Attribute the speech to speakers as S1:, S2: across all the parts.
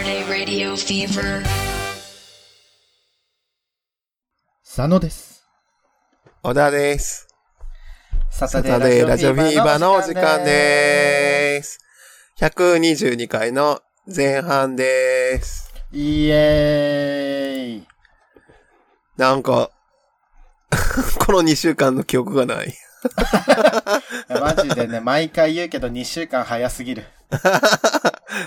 S1: Radio Fever.
S2: 佐野です。
S3: 小田です。
S2: サ
S3: サタデーラジオフィーバーのお時間でーす。122回の前半でーす。
S2: す。イエーイ。
S3: なんか、 この2週間の記憶がない。
S2: マジでね、毎回言うけ ど2週間早すぎる。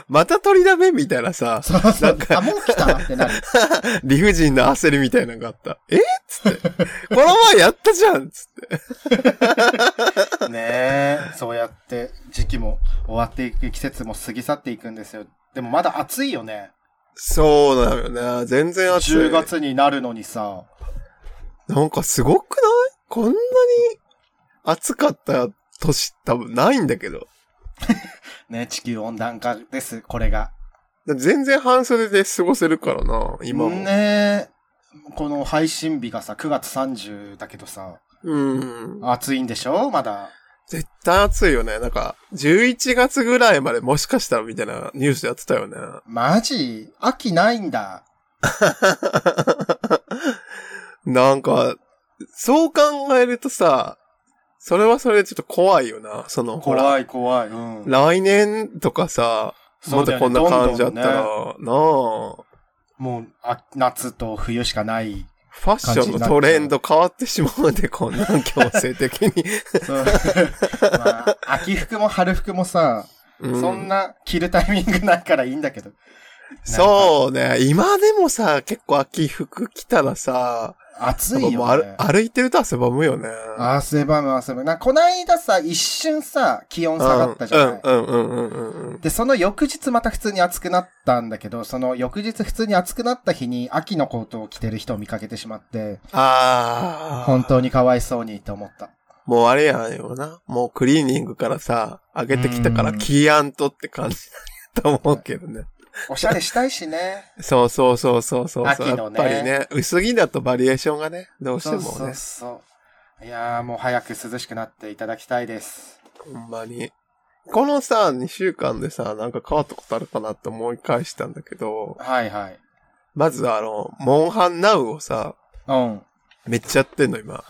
S3: また取りだめみたいなさ、
S2: そうそ
S3: なん
S2: う。あ、
S3: か
S2: もう来たなってなる。
S3: 理不尽な焦りみたいなのがあった。えっつって。この前やったじゃんつって。
S2: ねえ。そうやって時期も終わっていく季節も過ぎ去っていくんですよ。でもまだ暑いよね。
S3: そうなのよね。全然暑い。
S2: 10月になるのにさ。
S3: なんかすごくないこんなに暑かった年多分ないんだけど。
S2: ね、地球温暖化です、これが。
S3: 全然半袖で過ごせるからな、今も。
S2: ねえ。この配信日がさ、9月30だけどさ、
S3: うん。
S2: 暑いんでしょまだ。
S3: 絶対暑いよね。なんか、11月ぐらいまでもしかしたらみたいなニュースやってたよね。
S2: マジ秋ないんだ。
S3: なんか、そう考えるとさ、それはそれでちょっと怖いよな。その、ほら、
S2: 怖い怖い。うん。
S3: 来年とかさ、
S2: そ
S3: ま
S2: うだ
S3: た
S2: よ
S3: こん
S2: ね
S3: な感じだ
S2: ど
S3: っ
S2: ん
S3: た
S2: どん
S3: ら、
S2: ね
S3: なあ。
S2: もうあ、夏と冬しかない。
S3: ファッションのトレンド変わってしまうで、こんなん強制的 に。
S2: そうまあ、秋服も春服もさ、
S3: う
S2: そんな着るタイミングないからいいんだけど。
S3: そうね。今でもさ、結構秋服着たらさ、
S2: 暑い
S3: やっぱも
S2: よ、
S3: う
S2: ね。
S3: 歩歩いてると汗ばむよね。
S2: 汗ばむ汗ばむ。な、こないださ、一瞬さ、気温下がったじゃない、
S3: うんうんうんうんうんうん。
S2: で、その翌日また普通に暑くなったんだけど、その翌日普通に暑くなった日に秋のコートを着てる人を見かけてしまって、
S3: ああ。
S2: 本当にかわいそうにと思った。
S3: もうあれやんよな。もうクリーニングからさ、上げてきたから
S2: うん
S3: 着やんとって感じだと思うけどね。
S2: おしゃれしたいしね。
S3: そうそうそうそうそうそう。
S2: 秋
S3: や
S2: の
S3: っ
S2: ね
S3: ぱりね、薄着だとバリエーションがね、どうして
S2: そ
S3: も
S2: うそう
S3: ね。
S2: そう。いやーもう早く涼しくなっていただきたいです。
S3: ほんまに。このさ、2週間でさ、なんか変わったことあるかなって思い返したんだけど、
S2: はいはい。
S3: まずあの、モンハンナウをさ、
S2: うん。
S3: めっちゃやってんの今。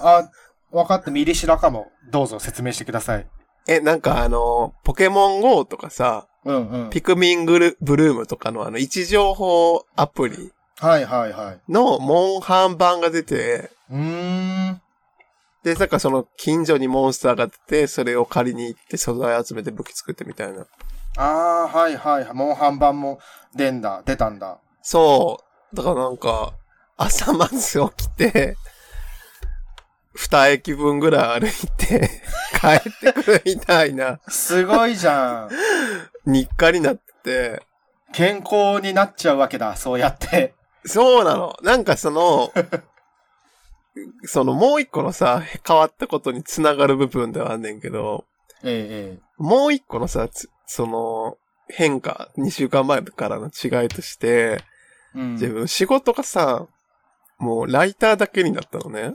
S2: あ、分かった。ミリシラかも。どうぞ説明してください。
S3: え、なんかあの、ポケモン GO とかさ、
S2: うんうん。
S3: ピクミングルブルームとかのあの位置情報アプリ
S2: はいはいはい。
S3: のモンハン版が出て、
S2: うーん。
S3: で、なんかその近所にモンスターが出て、それを借りに行って素材集めて武器作ってみたいな。
S2: あー、はいはいはい。モンハン版も出んだ、出たんだ。
S3: そう。だからなんか、朝まず起きて、二駅分ぐらい歩いて、帰ってくるみたいな、
S2: すごいじゃん。
S3: 日課になって
S2: 健康になっちゃうわけだ、そうやって。
S3: て、そうなの。なんか その、そのもう一個のさ、変わったことにつながる部分ではあんねんけど、
S2: ええ、
S3: もう一個のさ、つその、変化、二週間前からの違いとして、
S2: ええ。うん。
S3: 自分仕事がさ、もうライターだけになったのね。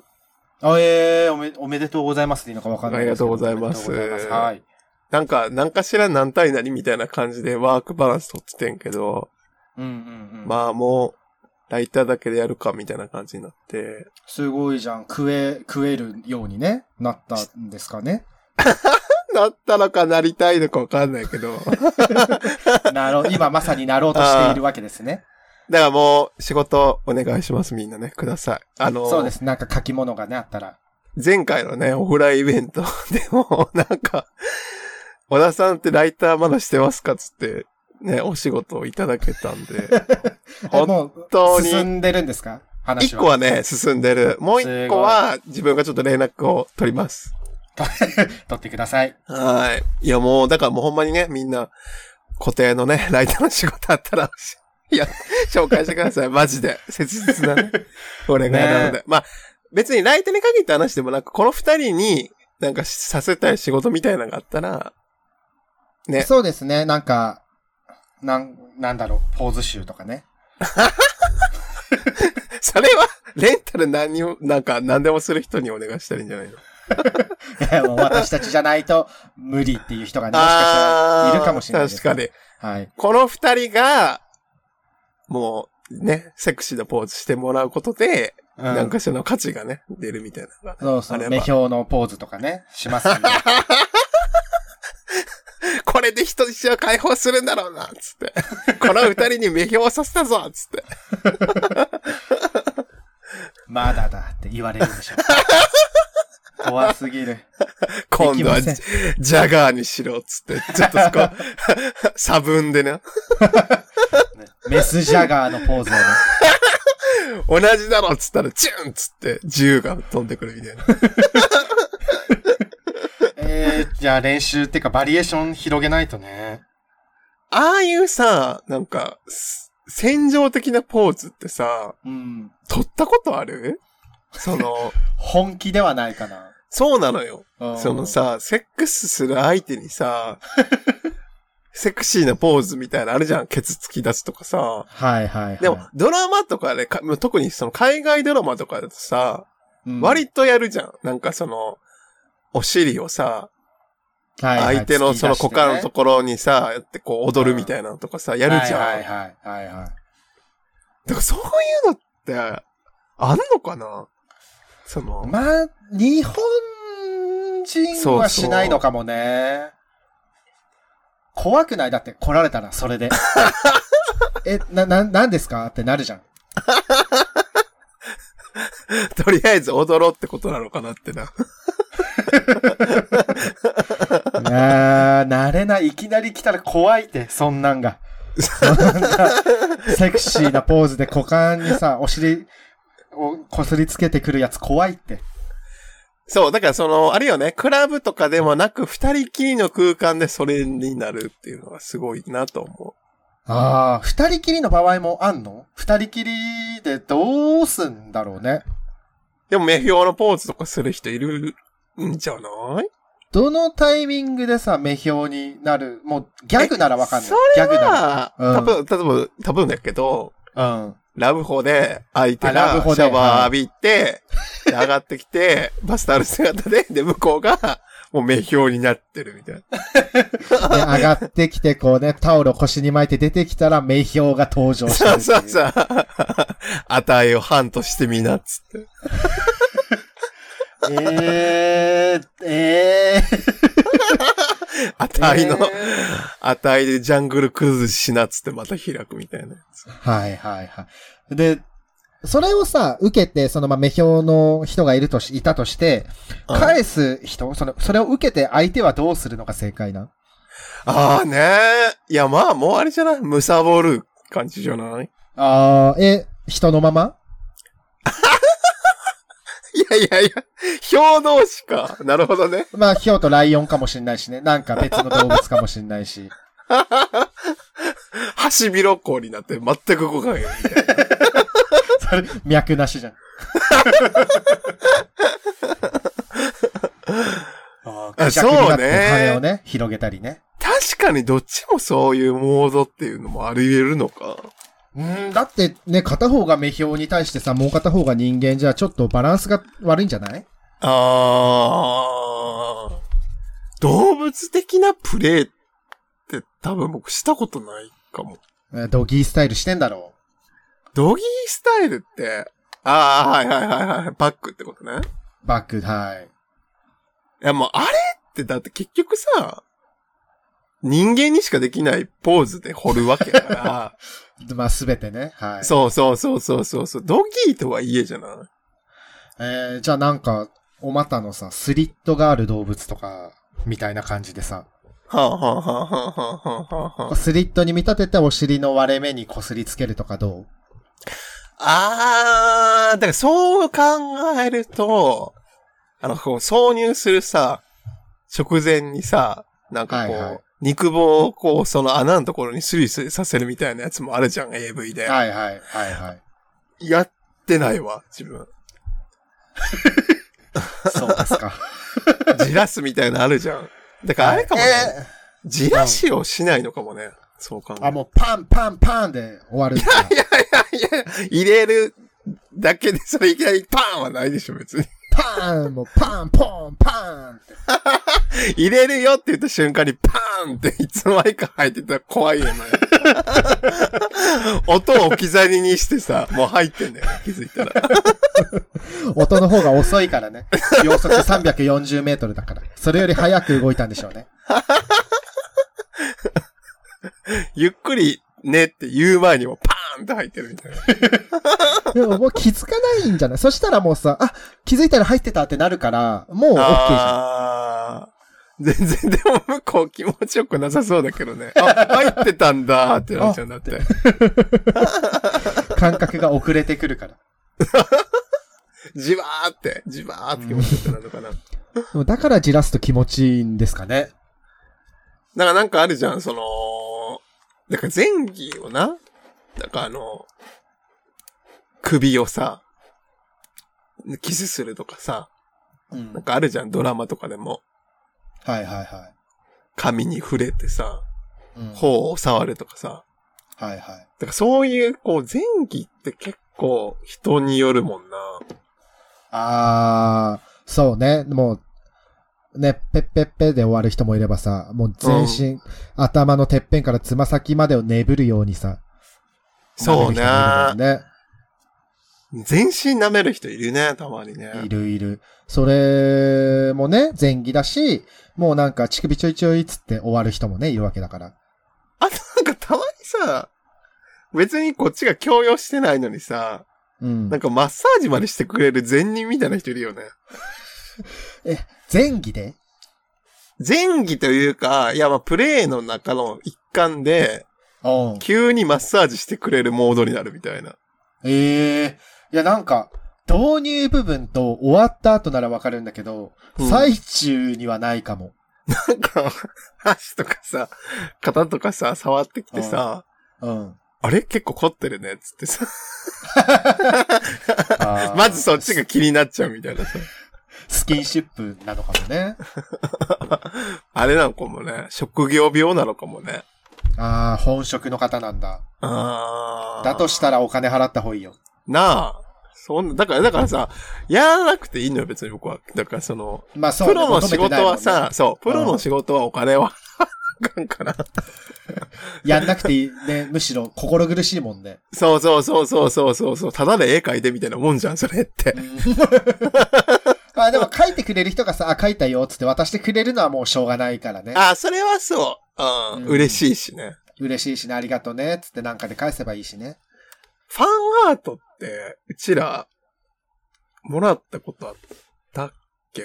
S2: あ、ええおめ、おめでとうございますでいいのかわかんないですけど。
S3: ありがとうございます
S2: おめでとうございまはい。
S3: なんか、なんかしら何対何みたいな感じでワークバランス取っててんけど、
S2: うんうんうん。
S3: まあもう、ライターだけでやるかみたいな感じになって、
S2: すごいじゃん。食え、食えるようにね、なったんですか ね。
S3: なったのかなりたいのかわかんないけど、だか
S2: なろう、今まさになろうとしているわけです ね。
S3: らもう仕事お願いしますみんなね、ください。あの、
S2: そうです。なんか書き物がね、あったら。
S3: 前回のね、オフラインイベントでも、なんか、 小田さんってライターまだしてますかつって、ね、お仕事をいただけたんで、
S2: えもう
S3: 当に
S2: 進んでるんですか話
S3: 一
S2: は。
S3: 個はね、進んでる。もう一個は自分がちょっと連絡を取ります。
S2: 取ってください。
S3: はい。いや、もう、だからもうほんまにね、みんな、固定のね、 ライターの仕事あったら、いや、紹介してください。マジで。切実な ね、お願いなので。まあ、別にライターに限った話でもなく、この二人に、なんかさせたい仕事みたいなのがあったら、ね
S2: そうですね。なんか、なん、なんだろう、ポーズ集とかね。
S3: それは、レンタル何にも、なんか何でもする人にお願いしたらいいんじゃないの
S2: いやもう私たちじゃないと無理っていう人がね、もしかしたらいるかもしれないです。
S3: 確かに。
S2: はい。
S3: この二人が、もう、ね、セクシーなポーズしてもらうことで、
S2: う
S3: なんかしらの価値がね、出るみたいなのが。
S2: そうそ
S3: あれ
S2: う、
S3: ば
S2: 目標のポーズとかね、します んで
S3: これで人質を解放するんだろうな、つって。 この二人に目標をさせたぞ、つ って。
S2: まだだって言われるでしょ。怖すぎる。
S3: 今度はジ
S2: できま
S3: ジャガーにしろ、つって。ちょっとそこ、 差分でね。
S2: メスジャガーのポーズをね。
S3: 同じだろ、つったら、チュンつって、銃が飛んでくるみたいな。
S2: えー、じゃあ練習っていうかバリエーション広げないとね。
S3: ああいうさ、なんか、す戦場的なポーズってさ、
S2: うん。
S3: 撮ったことあるその、
S2: 本気ではないかな。
S3: そうなのよ。
S2: うん
S3: その、さ、セックスする相手 にさ、セクシーなポーズみたいなのあるじゃん。ケツ突き出すとかさ。
S2: はいはい、はい。
S3: でも、ドラマとかで、か特にその海外ドラマとかだとさ、
S2: うん、
S3: 割とやるじゃん。なんかその、お尻をさ、
S2: はいはい
S3: 相手のその股間のと
S2: こ
S3: ころにさ、やってこう踊るみたいなのとかさ、やるじゃん。
S2: はいはいはいはい、はい。
S3: だからそういうのって、あんのかなその、
S2: まあ、日本人はしないのかもね。怖くないだって来られたらそ れで。え、な、な、なんですかってなるじゃん。
S3: とりあえず踊ろうってことなのかなってな。
S2: あー、慣れない。いきなり来たら怖いって、そんなんが。そんなセクシーなポーズで股間にさ、お尻をこすりつけてくるやつ怖いって。
S3: そう、だからその、あれよね、クラブとかでもなく、二人きりの空間でそれになるっていうのがすごいなと思
S2: ああ、二人きりの場合もあんの二人きりでどうすんだろうね。
S3: う。でも、目標のポーズとかする人いるんじゃない
S2: どのタイミングでさ、目標になるもう、ギャグならわかんない。
S3: そ
S2: ギャグ
S3: れ
S2: な
S3: は、
S2: うん
S3: 多分、多分、多分だけど、
S2: ら。うん。
S3: ラブホで、相手
S2: あラブ
S3: が
S2: ホで
S3: シャワー浴びて、で上がってきて、バスタオル姿で、で、向こうが、もう目標になってるみたいな。
S2: で、上がってきて、こうね、タオルを腰に巻いて出てきたら、名標が登場してる
S3: さ
S2: ってい
S3: あ
S2: う。
S3: さあさあ、値を半としてみな、つって。
S2: えー、えー。
S3: 値の、
S2: えー
S3: 値でジャングル崩ししな、つってまた開くみたいなやつ。
S2: はいはいはい。で、それをさ、受けて、その、まあ、目標の人がいるとし、いたとして、
S3: うん
S2: 返す人、その、それを受けて相手はどうするのが正解な
S3: ああねーいや、まあ、もうあれじゃないむさぼる感じじゃない
S2: ああ、え、人のまま
S3: いやいやいや、表同士か。なるほどね。
S2: まあ、ヒョウとライオンかもしんないしね。なんか別の動物かもしんない し。
S3: はしびろこうになって全く動かないみたいな。
S2: それ、脈なしじゃん。 あ
S3: あ
S2: ークジャクになって
S3: そうね
S2: 羽をね、広げたりね。
S3: 確かにどっちもそういうモードっていうのもあり得るのか。
S2: うん、だってね、片方が目標に対してさ、もう片方が人間じゃ、ちょっとバランスが悪いんじゃない
S3: あー。動物的なプレイって多分僕したことないかも。
S2: えードギースタイルしてんだろ
S3: ドギースタイルって、あー、はいはいはいはい、バックってことね。
S2: う。バック、はい。
S3: いやもうあれってだって結局さ、人間にしかできないポーズで掘るわけ だか
S2: まあ、すべてね、は
S3: ら、
S2: い。
S3: そうそうそうそうそうそう、ドギーとはいえじゃない
S2: えーじゃあなんか、お股のさ、スリットがある動物とか、みたいな感じでさ、
S3: はあ、はあはあはあはあはあはあ、
S2: スリットに見立ててお尻の割れ目に擦りつけるとかどう
S3: あー、だからそう考えると、あの、こう、挿入するさ、直前にさ、なんかこう、
S2: はいはい
S3: 肉棒をこう、その穴のところにスリスリさせるみたいなやつもあるじゃん、AV で。
S2: はいはい、はいはい。
S3: やってないわ、自分。
S2: そうですか。
S3: じらすみたいなのあるじゃん。だから あれかもね、じらしをしないのかもね。そう考えると
S2: あ、もうパンパンパンで終わるんだ。
S3: いやいやいや、 入れるだけで、それいきなりパーンはないでしょ、別に。
S2: パンもうパンポンパンって。
S3: 入れるよって言った瞬間にパーンっていつの間にか入ってたら怖いよね。音を置き去りにしてさ、もう入ってんだよ、気づいたら。
S2: 音の方が遅いからね。 秒速340メートルだから。それより早く動いたんでしょうね。
S3: ゆっくりねって言う前にもパーンと入ってるみたいな。
S2: でももう気づかないんじゃないそしたらもうさ、あ、気づいたら入ってたってなるから、もう OK じゃん。
S3: あー全然でも向こう気持ちよくなさそうだけどね。あ、入ってたんだーってなっちゃうんだって。
S2: 感覚が遅れてくるから。
S3: じわーって、じわーって気持ちよくなるのかな。
S2: でもだからじらすと気持ちいいんですかね。
S3: だからなんかあるじゃん、その、だから前儀をな、なんかあの、首をさ、キスするとかさ、
S2: うん
S3: なんかあるじゃん、ドラマとかでも。
S2: はいはいは
S3: 髪に触れてさ、
S2: い。うん
S3: 頬を触るとかさ。
S2: はいはい。
S3: だからそういう、こう、前儀って結構人によるもんな。
S2: あー、そうね。もう、ね、ペッペッペで終わる人もいればさ、もう全身、頭のてっぺんからつま先までをねぶるようにさ。
S3: そうね。
S2: なめる人もいるもんね。
S3: 全身舐める人いるね、たまにね。
S2: いるいる。それもね、前儀だし、もうなんか乳首ちょいちょいっつって終わる人もね、いるわけだから。
S3: あとなんかたまにさ、別にこっちが強要してないのにさ、
S2: うん
S3: なん。かマッサージまでしてくれる善人みたいな人いるよね。
S2: 前儀で
S3: 前儀というか、いやまあプレイの中の一環で、
S2: おう
S3: 急にマッサージしてくれるモードになるみたいな。
S2: ええいやなんか、導入部分と終わった後ならわかるんだけど、
S3: うん
S2: 最中にはないかも。
S3: なんか、足とかさ、肩とかさ、触ってきてさ、
S2: うん。
S3: あれ結構凝ってるねっつってさ、
S2: あー
S3: まずそっちが気になっちゃうみたいなさ。
S2: スキンシップなのかもね。
S3: あれなのかもね、職業病なのかもね。
S2: ああ、本職の方なんだ。
S3: あー
S2: だとしたらお金払った方がいいよ。
S3: なあ。そんな、だから、だからさ、やらなくていいのよ、別に僕は。だからその、
S2: まあそう、
S3: プロの仕事はさ、、そう、プロ
S2: う
S3: の
S2: ん
S3: 仕事はお金は あかんから。
S2: やんなくていいね。むしろ心苦しいもんね。
S3: そうそうそうそうそうそうそう、ただで絵描いてみたいなもんじゃん、それって。
S2: ま あでも書いてくれる人がさ、あ、書いたよっつって渡してくれるのはもうしょうがないからね。
S3: あ、それはそう。うん、
S2: うん
S3: 嬉しいしね。
S2: 嬉しいしね、ありがとうねっつってなんかで返せばいいしね。
S3: ファンアートって、うちら、もらったことあったっけ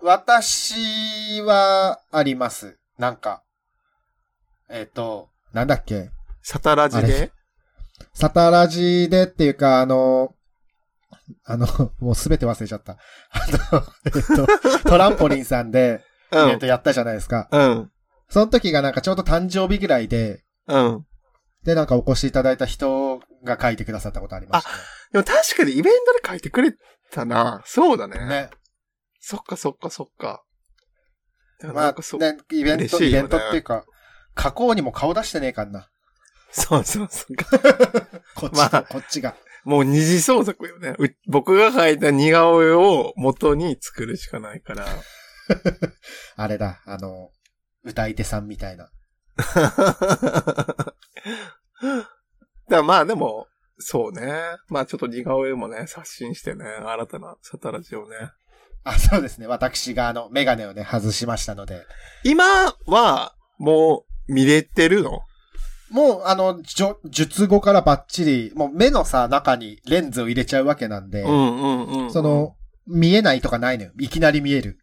S2: 私は、あります。なんか。えっ、と、なんだっけ。
S3: サタラジ
S2: あ
S3: で
S2: れサタラジでっていうか、あの、あの、 もうすべて忘れちゃった。あの、えっと、トランポリンさんで、
S3: う
S2: えっ
S3: ん
S2: と、。やったじゃないですか。
S3: うん。
S2: その時がなんかちょうど誕生日ぐらいで、
S3: うん。
S2: で、なんかお越しいただいた人が書いてくださったことありまし
S3: でも確かにイベントで描いてくれたな。そうだ
S2: たね。ね。
S3: そっかそっかそっか。でも
S2: ま
S3: なん
S2: あ
S3: かそ、う、
S2: ね、イベン
S3: 嬉
S2: ト、
S3: し
S2: イ
S3: いよね
S2: ベントっていうか、加工にも顔出してねえかんな。
S3: そうそうそう。
S2: こっちと、
S3: まあ
S2: こっちが。
S3: もう二次創作よね。う僕が描いた似顔絵を元に作るしかない から。
S2: あれだ、あの、歌い手さんみたいな。
S3: だからまあでも、そうね。まあちょっと似顔絵もね、刷新してね、新たなサタラジをね。
S2: あ、そうですね。私があの、メガネをね、外しましたので。
S3: 今は、もう、見れてるの
S2: もう、あの、じょ術後からバッチリ、もう目のさ、中にレンズを入れちゃうわけなんで、
S3: うんうんうん。
S2: そ、の、見えないとかないのよ。いきなり見える。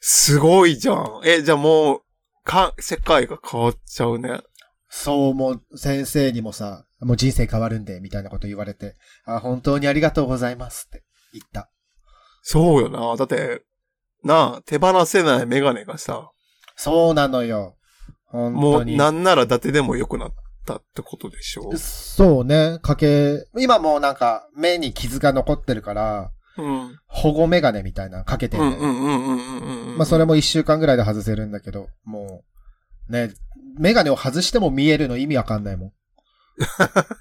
S3: すごいじゃん。え、じゃあもう、か、世界が変わっちゃうね。
S2: そう、もう、先生にもさ、もう人生変わるんで、みたいなこと言われて、あ、本当にありがとうございますって言った。
S3: そうよな。だって、なあ、手放せないメガネがさ、
S2: そうなのよ。本
S3: も
S2: 当
S3: う
S2: に。
S3: なんなら伊達でも良くなったってことでしょ
S2: そうね、かけ、今もうなんか、目に傷が残ってるから、
S3: うん。うん
S2: 保護メガネみたいな、かけて
S3: う
S2: る、
S3: んうんうんうんうんうん。
S2: まあ、それも一週間ぐらいで外せるんだけど、もう、ね、メガネを外しても見えるの意味わかんないもん。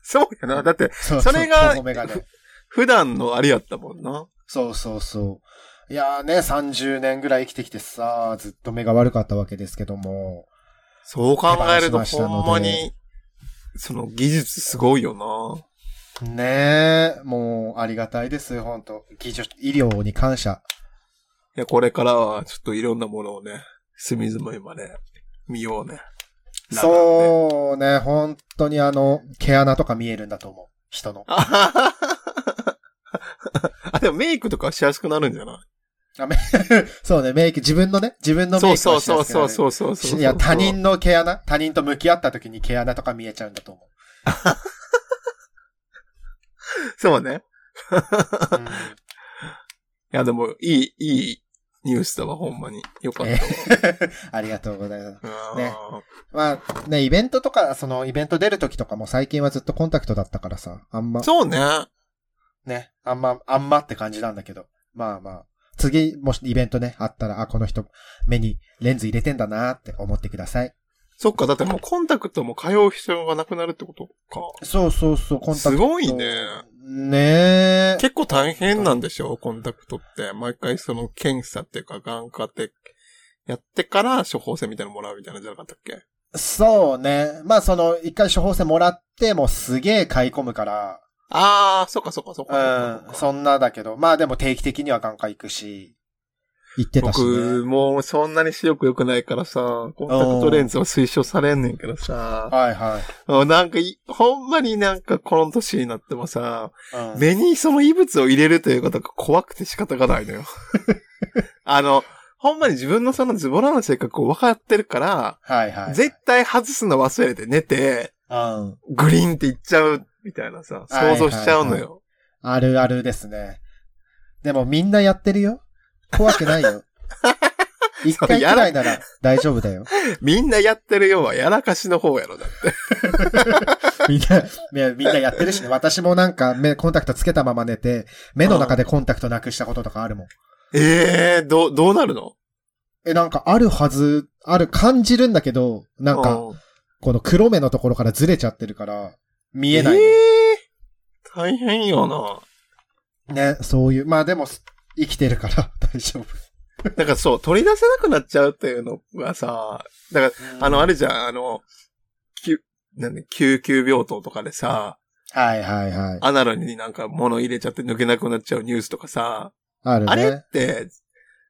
S3: そうやな。だって、
S2: そう
S3: それが
S2: 保護メガネ。
S3: 普段のあれやったもんな。
S2: そうそうそう。いやーね、30年ぐらい生きてきてさ、ずっと目が悪かったわけですけども、
S3: そう考え
S2: 手放
S3: ると、
S2: しましたので
S3: ほんまに、その技術すごいよな。
S2: ねえ、もうありがたいですよ、本当技術、医療に感謝。
S3: いや、これからはちょっといろんなものをね、隅々まで見ようね。う。
S2: そうね、本当にあの、毛穴とか見えるんだと思う。人の。
S3: あははあ、でもメイクとかしやすくなるんじゃない
S2: あめそうね、メイク、自分のね、自分のメイ
S3: そう
S2: クは
S3: そう
S2: しや
S3: そう
S2: すくな
S3: そう
S2: る
S3: そうそうそう。
S2: いや、他人の毛穴他人と向き合った時に毛穴とか見えちゃうんだと思
S3: そうね。
S2: う。うん
S3: いや、でも、いい、いいニュースだわ、ほんまに。よかったわ。
S2: ありがとうございます。
S3: うん
S2: ねまあね、イベントとか、そのイベント出る時とかも最近はずっとコンタクトだったからさ、あんま、
S3: そうね。
S2: ね、あんま、あんまって感じなんだけど、まあまあ、次、もしイベントね、あったら、あ、この人、目にレンズ入れてんだなって思ってください。
S3: そっか、だってもうコンタクトも通う必要がなくなるってことか。
S2: そうそうそう、コンタクト。
S3: すごいね。
S2: ねえ。
S3: 結構大変なんでしょコンタクトって。毎回その検査っていうか、眼科ってやってから処方箋みたいなのもらうみたいなんじゃなかったっけ
S2: そうね。まあその、一回処方箋もらって、もうすげえ買い込むから、
S3: あー、そっかそっかそっか。
S2: うん、そんなだけど、まあでも定期的には眼科行くし、行ってたし、
S3: 僕、
S2: ね。
S3: もうそんなに視力良くないからさ、コンタクトレンズは推奨されんねんけどさ、
S2: はいは
S3: あなんかい、ほんまになんかこの年になってもさ、
S2: い。うん、
S3: 目にその異物を入れるということが怖くて仕方がない のよ。あの、ほんまに自分のそのズボラな性格を分かってるから、
S2: はいはい。
S3: 絶対外すの忘れて寝て、
S2: うん。
S3: グリーンっていっちゃうみたいなさ、想像しちゃうのよ。
S2: あるあるですね。でもみんなやってるよ。怖くない よ。一回くらいなら大丈夫だよ。
S3: みんなやってるようはやらかしの方やろだって。
S2: みんな、ねみんなやってるしね。私もなんか目、コンタクトつけたまま寝て、目の中でコンタクトなくしたこととかあるもん。
S3: ええー、どう、どうなるの
S2: え、なんかあるはず、ある、感じるんだけど、なんか、
S3: う
S2: この黒目のところからずれちゃってるから、見えない
S3: え
S2: のよ、
S3: ー大変よな。
S2: ね、そういう。まあでも、す生きてるから 大丈夫。
S3: だからそう、取り出せなくなっちゃうっていうのがさ、だから、あの、あれじゃん、あの、きゅ、なんで、救急病棟とかでさ、
S2: はいはいはい。
S3: アナロになんか物入れちゃって抜けなくなっちゃうニュースとかさ、
S2: あるね。
S3: あれって、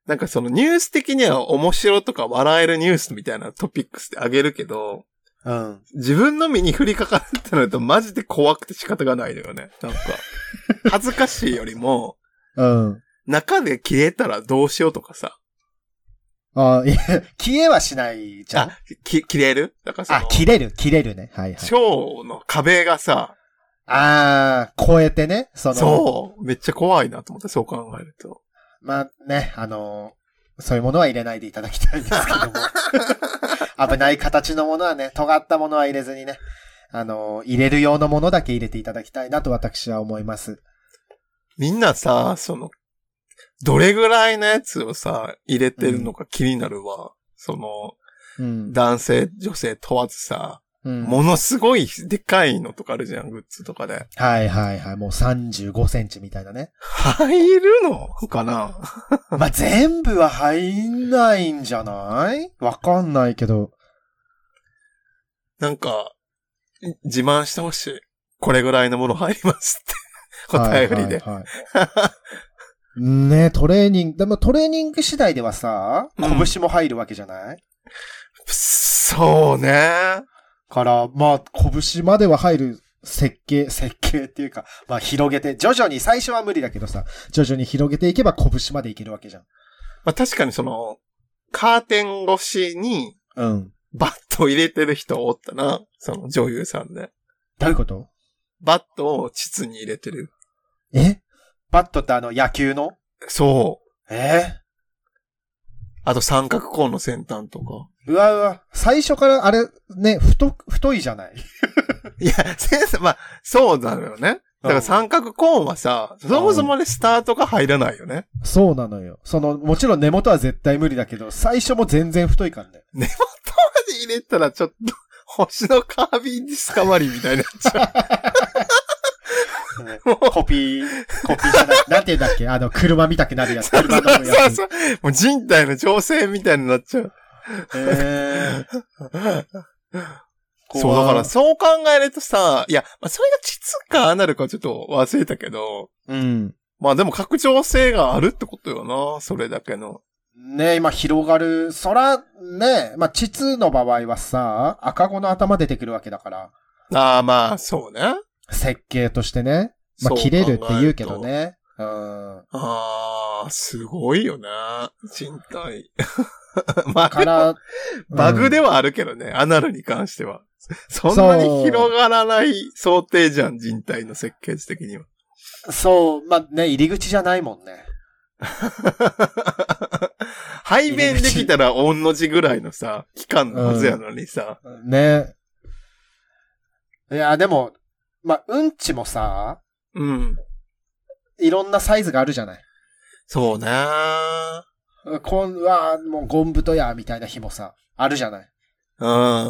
S3: なんかそのニュース的には面白とか笑えるニュースみたいなトピックスであげるけど、
S2: うん。
S3: 自分の身に降りかかるってなるとマジで怖くて仕方がないのよね。なんか、恥ずかしいよりも、
S2: うん。
S3: 中で消えたらどうしようとかさ。
S2: あ、いや、消えはしないじゃん。
S3: あ、き、切れるだからその
S2: あ、切れる、切れるね。はいはい。
S3: 超の壁がさ、
S2: あー、超えてね、その、
S3: そう、めっちゃ怖いなと思って、そう考えると。
S2: まあね、あのーそういうものは入れないでいただきたいんですけど も。危ない形のものはね、尖ったものは入れずにね、あのー入れる用のものだけ入れていただきたいなと私は思います。
S3: みんなさ、その、どれぐらいのやつをさ、入れてるのか気になるわ。その、
S2: うん。
S3: 男性、女性問わずさ、
S2: うん、
S3: ものすごいでかいのとかあるじゃん、グッズとかで。
S2: はいはいはい。もう35センチみたいなね。
S3: 入るのかな
S2: まあ、全部は入んないんじゃないわかんないけど。
S3: なんか、い自慢してほしい。これぐらいのもの入りますって。お便りで。
S2: はいはいはいねトレーニング、でもトレーニング次第ではさ、
S3: うん
S2: 拳も入るわけじゃない、
S3: そうね。
S2: から、まあ、拳までは入る設計、設計っていうか、まあ、広げて、徐々に、最初は無理だけどさ、徐々に広げていけば拳までいけるわけじゃん。
S3: まあ確かにその、カーテン越しに
S2: うん。
S3: バットを入れてる人おったな。その女優さんで。
S2: どういうこと
S3: バットを膣に入れてる。
S2: えバットってあの、野球の
S3: そう。
S2: え
S3: あと三角コーンの先端とか。
S2: うわうわ、最初からあれ、ね、太、太いじゃない
S3: いや、先生、まあ、そうなのよね。だから三角コーンはさ、そもそもね、スタートが入らないよね。
S2: そうなのよ。その、もちろん根元は絶対無理だけど、最初も全然太いからね。
S3: まで入れたらちょっと、星のカービィディスカバリーみたいになっち ゃう。
S2: コピー、コピーじゃない。なんて言うんだっけあの、車見たくなるやつ。車のや
S3: そう
S2: つ。
S3: そう。もう人体の調整みたいになっちゃう。
S2: えー怖
S3: そう、だから、そう考えるとさ、いや、まあ、それが膣かアナルかちょっと忘れたけど、
S2: うん。
S3: まあでも拡張性があるってことよな、それだけの。
S2: ね今広がる。そら、ねまあ、膣の場合はさ、赤子の頭出てくるわけだから、
S3: ああ、まあ、そうね。
S2: 設計としてね。ま
S3: そ
S2: あ、
S3: う
S2: 切れるって言うけど
S3: 考える
S2: ね。うん。
S3: と。ああ、すごいよね。人体。 まあ、
S2: から、
S3: バグ
S2: うん
S3: ではあるけどね、アナルに関しては。そんなに広がらない想定じゃん、人体の設計図的には。
S2: そう、まあ、ね、入り口じゃないもんね。
S3: 排便できたら、御の字ぐらいのさ、期間のはずやのにさ。
S2: ね。いや、でも、まあ、うんちもさ、
S3: うん。
S2: いろんなサイズがあるじゃない。
S3: そうねー。
S2: こんは、もうゴンブトや、みたいな日もさ、あるじゃない。
S3: うん、うん、う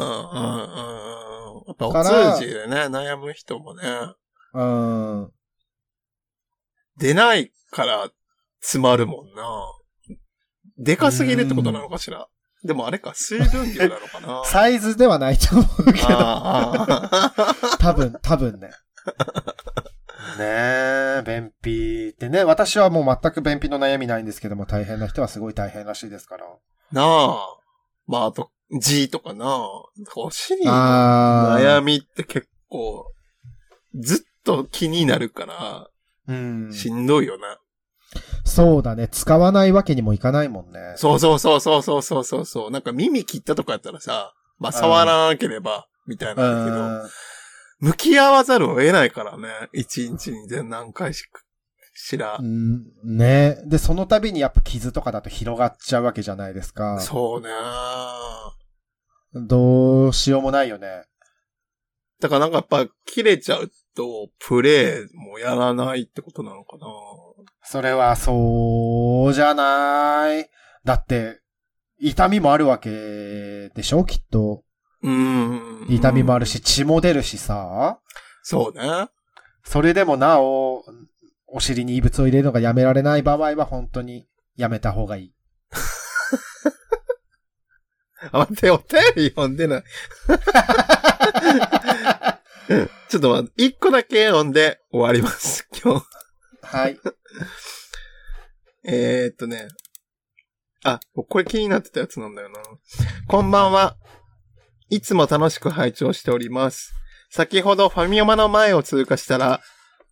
S3: んうん。やっぱお通じでね、悩む人もね、
S2: うん。
S3: 出ないから詰まるもんな。でかすぎるってことなのかしら。でもあれか、水分量なの かな。
S2: サイズではないと思うけど、
S3: あーあー
S2: 多 分、多分ね。ねえ、便秘ってね、私はもう全く便秘の悩みないんですけども、大変な人はすごい大変らしいですから。
S3: なあ。まあ、あと、G とかな。お尻の
S2: あ
S3: 悩みって結構、ずっと気になるから、
S2: うん。
S3: しんどいよな。
S2: そうだね、使わないわけにもいかないもんね。
S3: そうそうそうそうそうそうそうそう。なんか耳切ったとかやったらさ、まあ、触らなければ、みたいなんだけど、
S2: ん
S3: 向き合わざるを得ないからね。一日に何回しか、しら
S2: う。んねで、その度にやっぱ傷とかだと広がっちゃうわけじゃないですか。
S3: そうね
S2: どうしようもないよね。
S3: だからなんかやっぱ、切れちゃうと、プレイもやらないってことなのかな。
S2: それはそうじゃない。だって、痛みもあるわけでしょきっと。
S3: うん。
S2: 痛みもあ
S3: る。
S2: るし、血も出るしさ。
S3: そうね。
S2: それでもなお、お尻に異物を入れるのがやめられない場合は本当にやめた方がいい。
S3: あ、待って、お便り読ん でない。ちょっと待って、一個だけ読んで終わります、今日。
S2: はい。
S3: えー、っとね。あ、これ気になってたやつなんだよな。こんばんは。いつも楽しく拝聴しております。先ほどファミマの前を通過したら、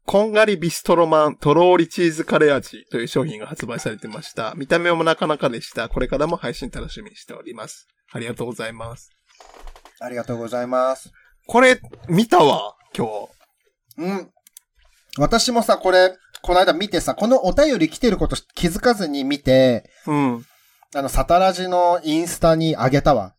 S3: こんがりビストロマンとろーりチーズカレー味という商品が発売されてました。見た目もなかなかでした。これからも配信楽しみにしております。ありがとうございます。
S2: ありがとうございます。
S3: これ、見たわ、今日。
S2: うん。私もさ、これ、この間見てさ、このお便り来てること気づかずに見て、
S3: うん。
S2: あの、サタラジのインスタにあげたわ。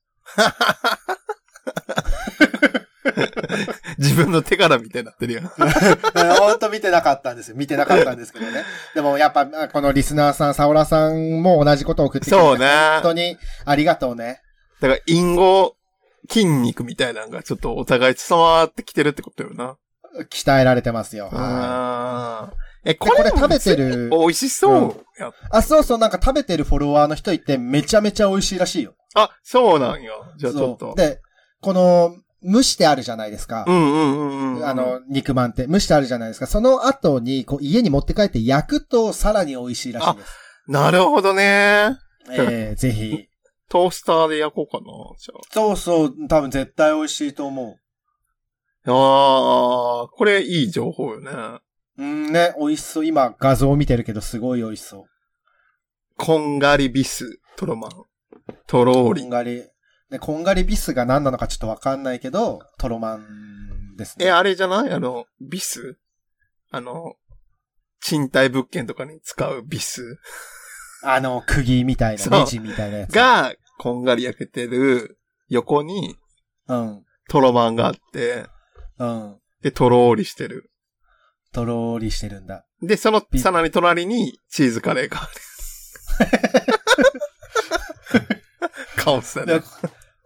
S3: 自分の手柄みたいになってるやん。
S2: ほんと見てなかったんですよ。見てなかったんですけどね。でもやっぱ、あこのリスナーさん、サオラさんも同じことを送ってきて、
S3: そうね。
S2: 本当にありがとうね。
S3: だから、隠語、筋肉みたいなのがちょっとお互い伝わってきてるってことよな。
S2: 鍛えられてますよ。は
S3: ああ。え、
S2: い
S3: こ
S2: で
S3: れ
S2: これ食べてる、
S3: る。美味しそうや、
S2: あ、そうそう、なんか食べてるフォロワーの人いて、めちゃめちゃ美味しいらしいよ。
S3: あ、そうなんよ。じゃあちょっ
S2: そ
S3: と
S2: う。で、この、蒸してあるじゃないですか
S3: う。んうんうんうん。
S2: あ、の、肉まんって蒸してあるじゃないですか。その後に、こう、家に持って帰って焼くとさらに美味しいらしいです。
S3: なるほどね。
S2: えー、ぜひ。
S3: トースターで焼こうかな。じゃ
S2: そうそう、多分絶対美味しいと思う。
S3: あ。ああ、これいい情報よね。
S2: うんね、美味しそう。今、画像を見てるけど、すごい美味しそう。
S3: こんがりビス、トロマン、トロー
S2: こ
S3: リ
S2: ん。がり。ね、こんがりビスが何なのかちょっとわかんないけど、トロマンですね。
S3: え、あれじゃないあの、ビスあの、賃貸物件とかに使うビス。
S2: あの、釘みたい
S3: そう
S2: な、ネジみたいなやつ。
S3: が、こんがり焼けてる横に、
S2: うん。
S3: トロマンがあって、
S2: うん。
S3: で、とろーりしてる。
S2: とろーりしてるんだ。
S3: で、その、
S2: び
S3: さらに隣に、チーズカレーがある。カオスだね
S2: で。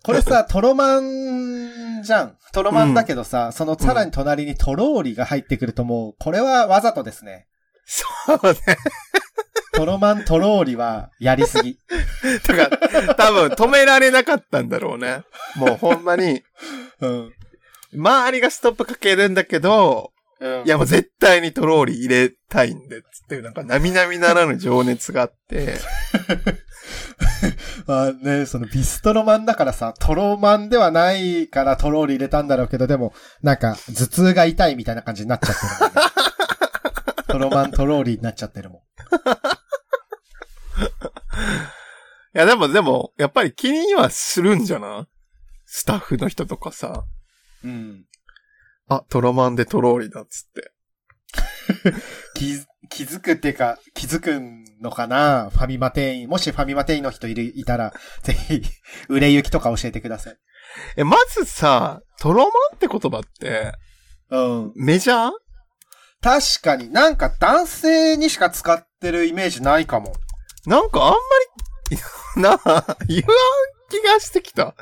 S2: これさ、トロマンじゃん。トロマンだけどさ、そのさらに隣にとろーりが入ってくるともう、これはわざとですね。
S3: そうね。
S2: トロマンとろーりはやりすぎ。
S3: だから、多分止められなかったんだろうね。もうほんまに、
S2: うん。
S3: 周りがストップかけるんだけど、
S2: うん
S3: いやもう絶対にトローリー入れたいんで、つっていうなんか並々ならぬ情熱があって、
S2: まあね、そのビストロマンだからさ、トロマンではないからトロール入れたんだろうけど、でも、なんか、頭痛が痛いみたいな感じになっちゃってる もんね、トロマントローリーになっちゃってるもん。
S3: いやでもでも、やっぱり気にはするんじゃないスタッフの人とかさ、
S2: うん。
S3: あ、トロマンでトローリーだっつって。
S2: 気づ、気づくっていうか、気づくのかなファミマ店員。もしファミマ店員の人いる、いたら、ぜひ、売れ行きとか教えてください。
S3: え、まずさ、トロマンって言葉って、
S2: うん。
S3: メジャー
S2: 確かになんか男性にしか使ってるイメージないかも。
S3: なんかあんまり、 なあ、言わん気がしてきた。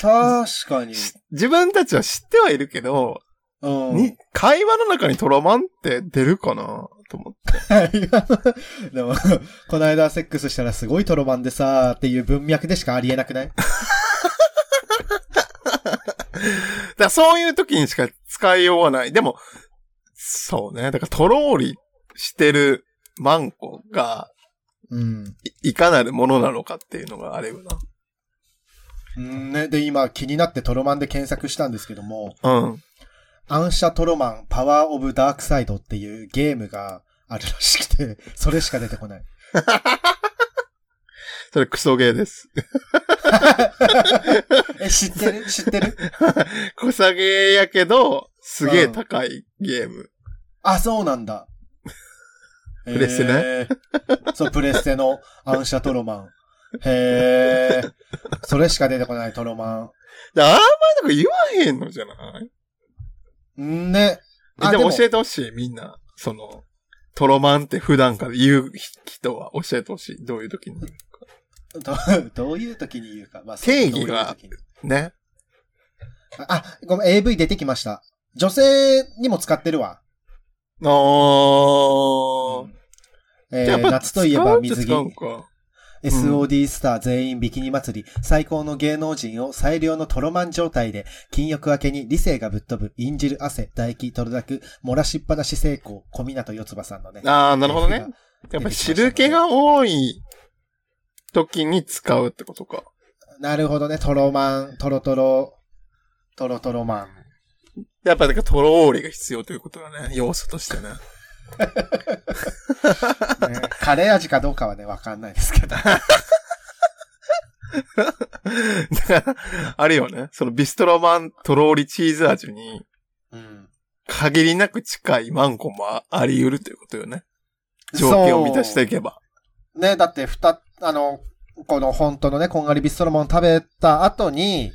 S2: 確かに。
S3: し自分たちは知ってはいるけど、
S2: うん。
S3: に、会話の中にトロマンって出るかなと思って。
S2: はい でも、この間セックスしたらすごいトロマンでさーっていう文脈でしかありえなくない
S3: だからそういう時にしか使いようがない。でも、そうね。だからトローリしてるマンコが、
S2: うん。
S3: いいかなるものなのかっていうのがあれよ
S2: うんね、で、今気になってトロマンで検索したんですけども、
S3: な。うん。
S2: アンシャトロマンパワーオブダークサイドっていうゲームがあるらしくて、それしか出てこない。
S3: それクソゲーです。
S2: え、知ってる知ってる
S3: クソゲーやけど、すげえ高いゲーム。
S2: あ、そうなんだ。
S3: プレステね
S2: ね。そう、プレステのアンシャトロマン。へえ。それしか出てこないトロマ
S3: だからあんまりなんか言わへんのじゃない
S2: ン。んね。
S3: え
S2: あ
S3: で
S2: で
S3: も
S2: も
S3: 教えてほしい、みんな。その、トロマンって普段から言う人は教えてほしい。どういう時に。
S2: どどういう 時に言うか。まあ、
S3: 定
S2: そう
S3: 義が
S2: どういう時に
S3: ね。
S2: あ、ごめん、AV 出てきました。女性にも使ってるわ。
S3: あー。
S2: え
S3: じゃあやっぱ
S2: ー、夏といえば水着
S3: 使、うんか
S2: SOD スター全員ビキニ祭り、最高の芸能人を最良のトロマン状態で、禁欲明けに理性がぶっ飛ぶ、インジル汗、唾液、取るだく、漏らしっぱなし成功、小湊四葉さんのね。
S3: あー、なるほどね。。や
S2: 出
S3: って
S2: き
S3: ぱ
S2: ましたね
S3: 汁気が多い時に使うってことか。
S2: なるほどね、トロマン、トロトロ、トロトロマン。
S3: やっぱだからトローリが必要ということだね。要素としてね。
S2: ねカレー味かどうかはね、わかんないですけど。
S3: だから、あれよね。そのビストロマントローリチーズ味に
S2: うん。
S3: 限りなく近いマンコもあり得るということよね。条件を満たしていけば。
S2: ね、だって、ふた、あの、この本当のね、こんがりビストロマン食べた後に、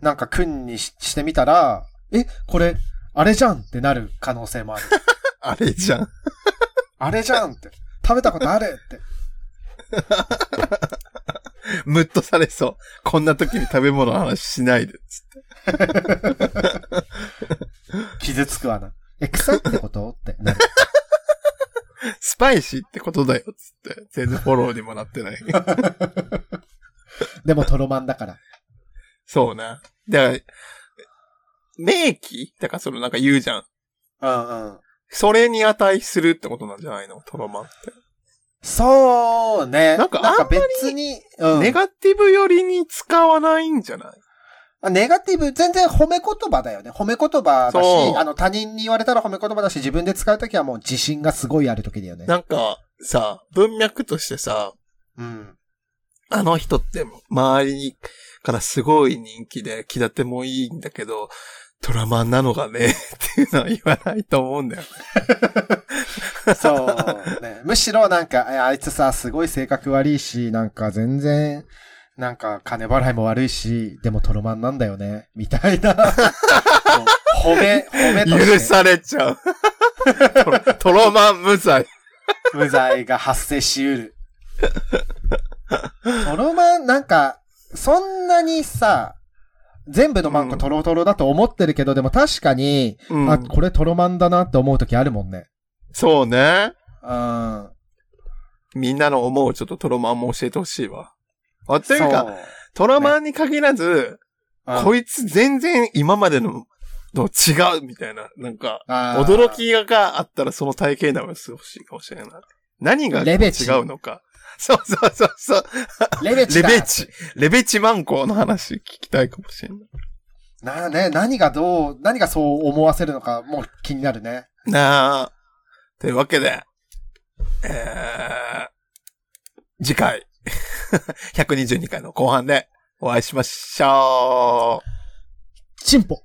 S2: なんか、くんにししてみたら、え、これ、あれじゃんってなる可能性もある。
S3: あれじゃん。
S2: あれじゃんって。食べたことあるって。
S3: ムッとされそう。こんな時に食べ物の話しないで。つって
S2: 傷つくわな。え、臭いってことってなる。
S3: スパイシーってことだよ。つって。全然フォローにもなってない。
S2: でも、トロマンだから。
S3: そうな。だから、名器だからそのなんか言うじゃん。
S2: うんうん。
S3: それに値するってことなんじゃないのトロマンって。
S2: そうね。
S3: なんか
S2: 別に、うん
S3: ネガティブ寄りに使わないんじゃない
S2: あネガティブ、全然褒め言葉だよね。褒め言葉だ
S3: そう
S2: し、あの、他人に言われたら褒め言葉だし、自分で使うときはもう自信がすごいあるときだよね。
S3: なんか、さ、文脈としてさ、
S2: うん。
S3: あの人って周りからすごい人気で気立てもいいんだけど、トラマンなのがね、っていうのは言わないと 思うんだよ。
S2: そう、ね。むしろなんか、えあいつさ、すごい性格悪いし、なんか全然、なんか金払いも悪いし、でもトロマンなんだよね。みた いな。そう褒め、褒めと
S3: 許
S2: して、
S3: されちゃう。 トロトロマン無罪。
S2: 無罪が発生しうる。トロマン、なんか、そんなにさ、全部のマンコトロトロだと思ってるけど、でも確かに、
S3: うん
S2: あ、これトロマンだなって思う時あるもんね。
S3: そうね。
S2: うん。
S3: みんなの思うちょっとトロマンも教えてほしいわ。あ、というか、トラマンに限らず、
S2: そう、
S3: こいつ全然今までのと違うみたいな、なんか、驚
S2: 驚。
S3: きがあったらその体験談をしてほしいかもしれない。何が違
S2: レベチ
S3: うのか。 そうそうそうそう。
S2: レベチ
S3: レ
S2: だ。
S3: ベチ、レベチマンコの話聞きたいかもしれない。
S2: なあね、何がどう、何がそう思わせるのか、もう気になるね。
S3: なあ。というわけで、えー、次回、122回の後半でお会いしましょう。
S2: チンポ。